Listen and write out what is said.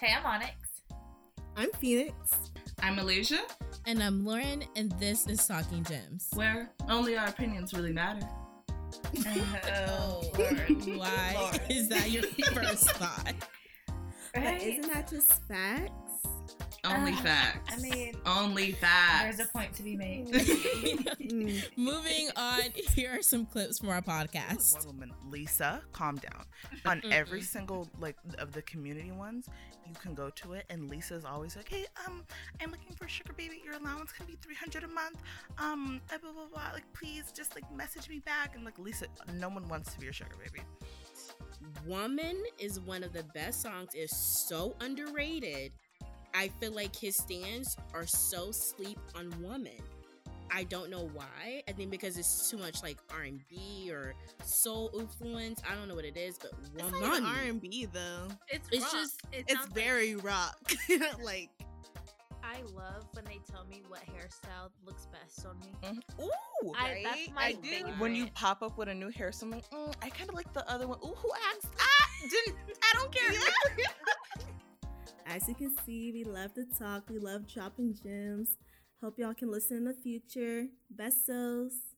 Hey, I'm Onyx. I'm Phoenix. I'm Malaysia, And I'm Lauren, and this is Talking Gems. where only our opinions really matter. Oh, Why is that your first thought? But right? isn't that just facts? Only Ah, Uh, facts. I mean, only facts. there's a point to be made. Mm. Moving on, here are some clips from our There was podcast. One woman, Lisa, calm down. On every single like of the community ones, you can go to it, and Lisa's always like, "Hey, um, I'm looking for sugar baby. Your allowance can be 300 a month. Um, uh, blah blah blah. Like, please just like message me back." And like, Lisa, no one wants to be your sugar baby. Woman is one of the best songs. It's so underrated. I feel like his stands are so sleep on woman. I don't know why. I think because it's too much like R and B or soul influence. I don't know what it is, but It's woman. not R and B though. It's rock. just- It It's sounds like- very rock. like I love when they tell me what hairstyle looks best on me. Ooh, I- that's right? my When you favorite. pop up with a new hair, someone, mm, I kind of like the other one. Ooh, who asked? Ah, didn't I don't care. As you can see, we love to talk. We love dropping gems. Hope y'all can listen in the future. Besos.